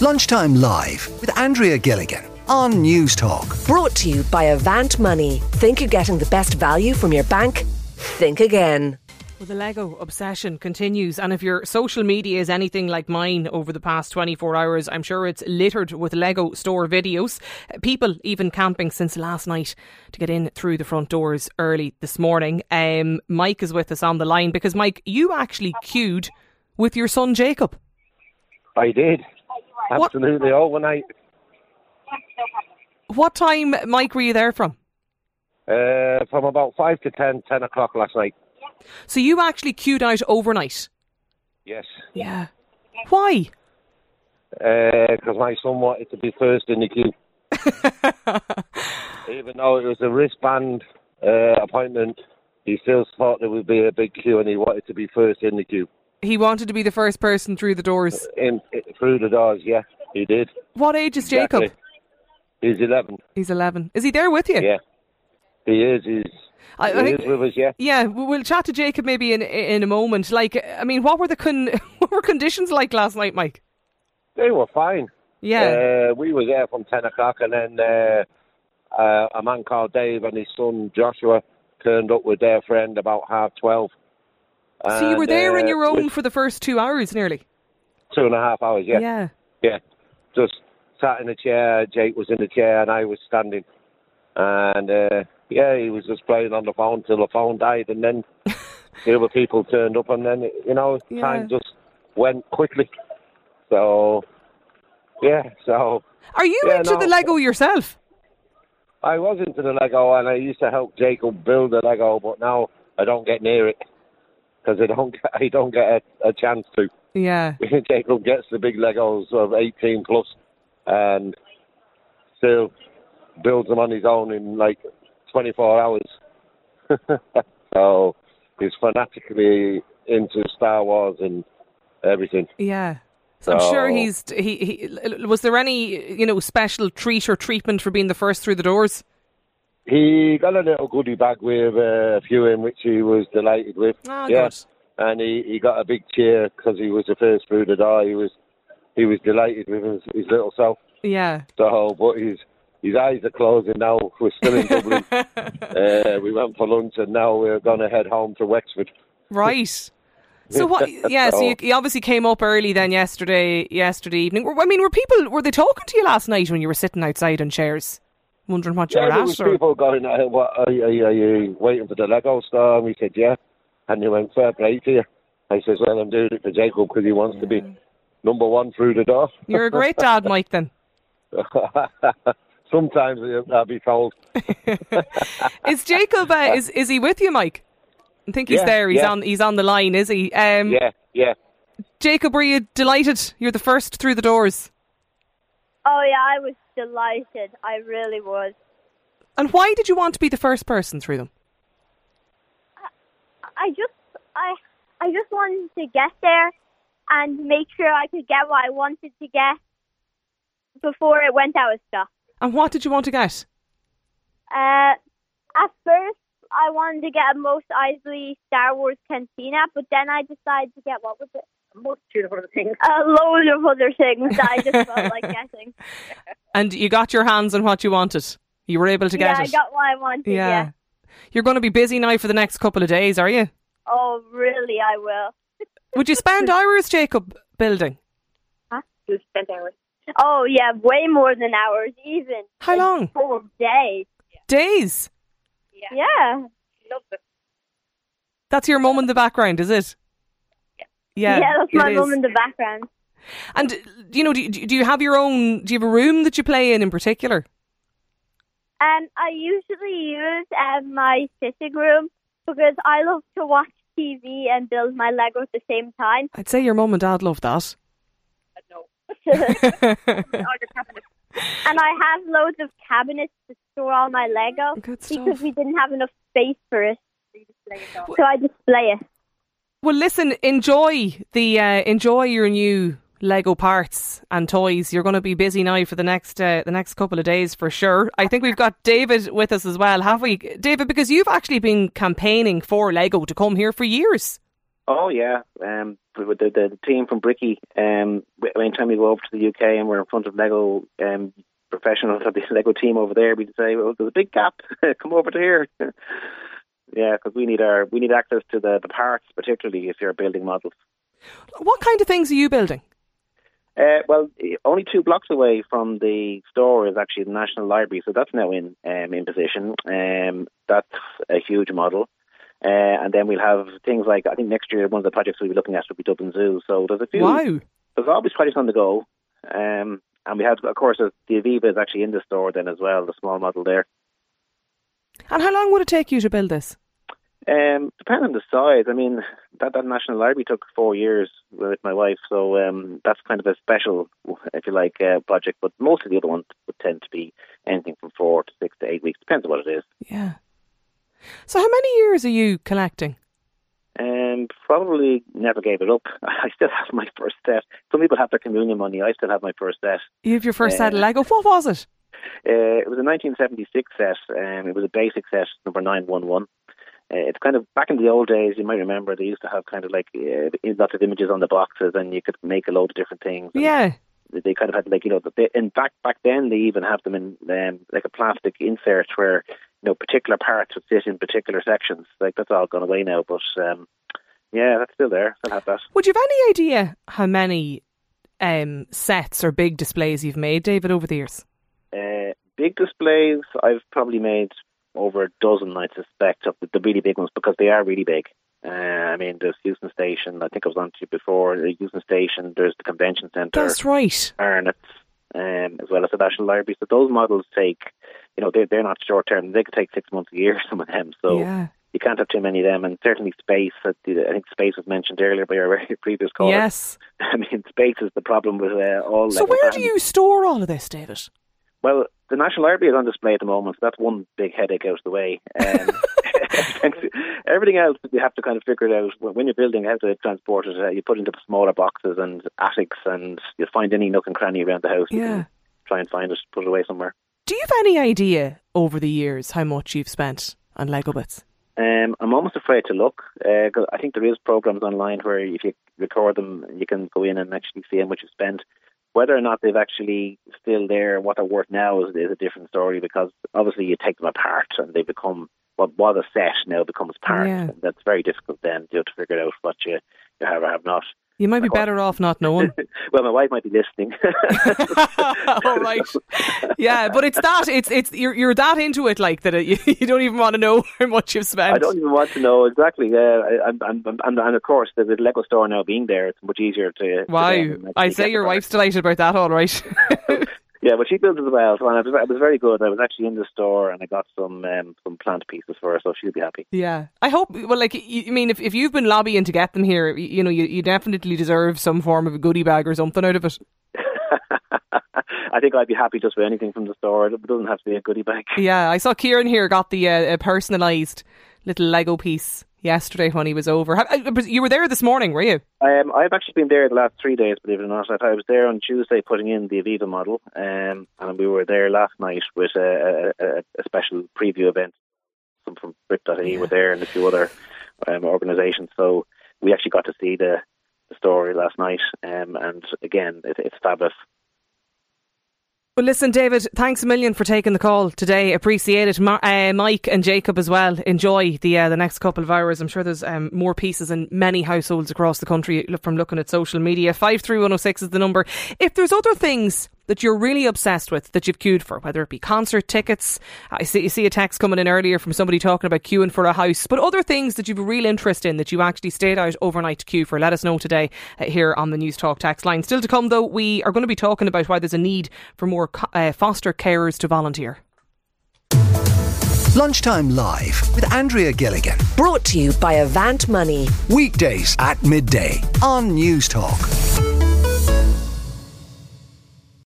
Lunchtime Live with Andrea Gilligan on News Talk. Brought to you by Avant Money. Think you're getting the best value from your bank? Think again. Well, the Lego obsession continues, and if your social media is anything like mine over the past 24 hours, I'm sure it's littered with Lego store videos. Uh, People even camping since last night to get in through the front doors early this morning. Um, Mike is with us on the line because, Mike, you actually queued with your son Jacob. I did. Absolutely. All when I What time, Mike, were you there from? uh, from about five to ten, ten o'clock last night. So you actually queued out overnight. Yes, Yeah. Why? because Uh, my son wanted to be first in the queue, even though it was a wristband uh, appointment. He still thought there would be a big queue, and he wanted to be first in the queue He wanted to be the first person through the doors. in, through the doors. Yeah, he did. What age is Jacob? Exactly. He's eleven. He's 11. Is he there with you? Yeah, he is. He's I- I he think- is with us. Yeah. Yeah, we- we'll chat to Jacob maybe in in a moment. Like, I mean, what were the con- what were conditions like last night, Mike? They were fine. Yeah, Uh, we were there from 10 o'clock, and then uh, uh, a man called Dave and his son Joshua turned up with their friend about half 12. so you were And, there on uh, your own with for the first two hours, nearly. Two and a half hours, yeah. Yeah. Just sat in a chair. Jake was in a chair, and I was standing. And uh, yeah, he was just playing on the phone till the phone died, and then the other people turned up, and then, you know, Yeah. time just went quickly. So, yeah, so. Are you Yeah, into the no. Lego yourself? I was into the Lego and I used to help Jacob build the Lego, but now I don't get near it because I don't get, I don't get a, a chance to. Yeah, Jacob gets the big Legos of 18 plus and still builds them on his own in like 24 hours. so he's fanatically into Star Wars and everything. yeah. So I'm sure So- he's he, he. Was there any you know special treat or treatment for being the first through the doors? He got a little goodie bag with uh, a few in which he was delighted with. Ah, yeah. good. And he, he got a big cheer because he was the first through the door. He was he was delighted with his, his little self. Yeah, So, but his his eyes are closing now. We're still in Dublin. uh, we went for lunch and now we're going to head home to Wexford. right. So what? Yeah. So you, you obviously came up early then yesterday, yesterday evening. Were- I mean, were people were they talking to you last night when you were sitting outside on chairs, wondering what you Yeah, were there at? was or- people going, uh, what, are, you- are, you, are you waiting for the Lego star? And we said, yeah. And he went, fair play to you. I says, well, I'm doing it for Jacob because he wants to be number one through the door. You're a great dad, Mike. Then Sometimes uh, I'll be told. is Jacob? Uh, is is he with you, Mike? I think he's Yeah, there. He's yeah. on. He's on the line. Is he? Um, Yeah, yeah. Jacob, were you delighted? You're the first through the doors. Oh yeah, I was delighted. I really was. And why did you want to be the first person through them? I just I I just wanted to get there and make sure I could get what I wanted to get before it went out of stock. And what did you want to get? Uh, at first I wanted to get a most Eisley Star Wars cantina, but then I decided to get what was it? multitude of other things. A load of other things that I just felt like getting. And you got your hands on what you wanted. You were able to yeah, get I it. got what I wanted. Yeah. yeah. You're going to be busy now for the next couple of days, are you? Oh, really? I will. Would you spend hours, Jacob, building? You spent hours. Oh yeah, way more than hours, even How long? full day. Days. Yeah. Yeah. Love it. That's your mum in the background, is it? Yeah, Yeah, that's it my is. mum in the background. And you know, do you, do you have your own? Do you have a room that you play in in particular? Um, I usually use um, my sitting room because I love to watch TV and build my Lego at the same time. I'd say your mum and dad love that. No. and All the cabinet. I have loads of cabinets to store all my Lego Good stuff. because we didn't have enough space for it, They just lay it down. so I display it. Well, listen, enjoy the uh, enjoy your new Lego parts and toys. You're going to be busy now for the next uh, the next couple of days for sure. I think we've got David with us as well, have we, David? Because you've actually been campaigning for Lego to come here for years. Oh yeah, um, with the, the team from Bricky, um, w- anytime we go over to the UK and we're in front of Lego um, professionals or the Lego team over there, we'd say, "Well, there's a big gap. Come over to here." yeah, because we need our we need access to the, the parts, particularly if you're building models. What kind of things are you building? Uh, well, eh, only two blocks away from the store is actually the National Library, so that's now in um, in position. Um, that's a huge model. Uh, and then we'll have things like I think next year one of the projects we'll be looking at will be Dublin Zoo. So there's a few. Wow. There's always projects on the go. Um, and we have, of course, uh, the Aviva is actually in the store then as well, the small model there. And how long would it take you to build this? Um, depending on the size, I mean, that, that National Library took four years with my wife, so um, that's kind of a special, if you like, uh, project. But most of the other ones would tend to be anything from four to six to eight weeks, depends on what it is. Yeah. So how many years are you collecting? Um, probably never gave it up. I still have my first set. Some people have their communion money. I still have my first set. You have your first set of Lego. What was it? Uh, it was a 1976 set. Um, it was a basic set, number 911. Uh, it's kind of back in the old days. You might remember they used to have kind of like uh, lots of images on the boxes, and you could make a load of different things. And Yeah. They kind of had like you know the bit in back back then they even have them in um, like a plastic insert where you know particular parts would sit in particular sections. Like that's all gone away now, but um, yeah, that's still there. I'll have that. Would you have any idea how many um, sets or big displays you've made, David, over the years? Uh, big displays, I've probably made over a dozen, I suspect, of the, the really big ones because they are really big. Uh, I mean, there's Houston Station. I think I was on to you before. The Houston Station. There's the Convention Centre, That's right. Arnott, um, as well as the National Library. So those models take, you know, they're, they're not short term. They could take six months a year. Some of them. So yeah. you can't have too many of them. And certainly space. I think space was mentioned earlier by our previous caller. Yes. I mean, space is the problem with uh, all. So level where do brands. you store all of this, David? Well, the National Library is on display at the moment, so that's one big headache out of the way. Um, everything else you have to kind of figure it out When- when you're building how to transport it. Uh, you put it into smaller boxes and attics, and you find any nook and cranny around the house. You Yeah. can try and find it, put it away somewhere. Do you have any idea over the years how much you've spent on Lego bits? Um, I'm almost afraid to look. Uh 'cause I think there is programs online where if you record them, you can go in and actually see how much you spent. Whether or not they've actually still there and what they're worth now is, is a different story because obviously you take them apart and they become what was a set now becomes parts. Yeah. And that's very difficult then you know, to figure out what you, you have or have not. You might be Like what? better off not knowing. Well, my wife might be listening. All right. Yeah, but it's that it's it's you're you're that into it like that it, you, you don't even want to know how much you've spent. I don't even want to know exactly. Uh, I, I'm, I'm, I'm, and of course, the, the Lego store now being there, it's much easier to. to wow. them actually I'd say get your the parts. wife's delighted about that, all right. Yeah, but she built as well, so and it was, it was very good. I was actually in the store and I got some um, some plant pieces for her, so she'll be happy. Yeah, I hope. Well, like, y- I mean, if, if you've been lobbying to get them here, y- you know, you, you definitely deserve some form of a goodie bag or something out of it. I think I'd be happy just with anything from the store. It doesn't have to be a goodie bag. Yeah, I saw Kieran here got the uh, personalised little Lego piece yesterday when he was over. Ha- I- I pres- You were there this morning, were you? Um, I've actually been there the last three days, believe it or not. I I was there on Tuesday putting in the Aviva model, um, and we were there last night with a, a, a- a special preview event. Some from Brit.ie were there and a few other um, organisations. So we actually got to see the, the story last night, um, and again, it, it's fabulous. Well, listen, David, thanks a million for taking the call today. Appreciate it. Ma- uh, Mike and Jacob as well. Enjoy the uh, the next couple of hours. I'm sure there's um, more pieces in many households across the country look- from looking at social media. 53106 is the number. If there's other things that you're really obsessed with that you've queued for, whether it be concert tickets, I see, you see a text coming in earlier from somebody talking about queuing for a house, but other things that you've a real interest in that you actually stayed out overnight to queue for, let us know today uh, here on the News Talk text line. Still to come, though, we are going to be talking about why there's a need for more co- uh, foster carers to volunteer. Lunchtime Live with Andrea Gilligan. Brought to you by Avant Money. Weekdays at midday on News Talk.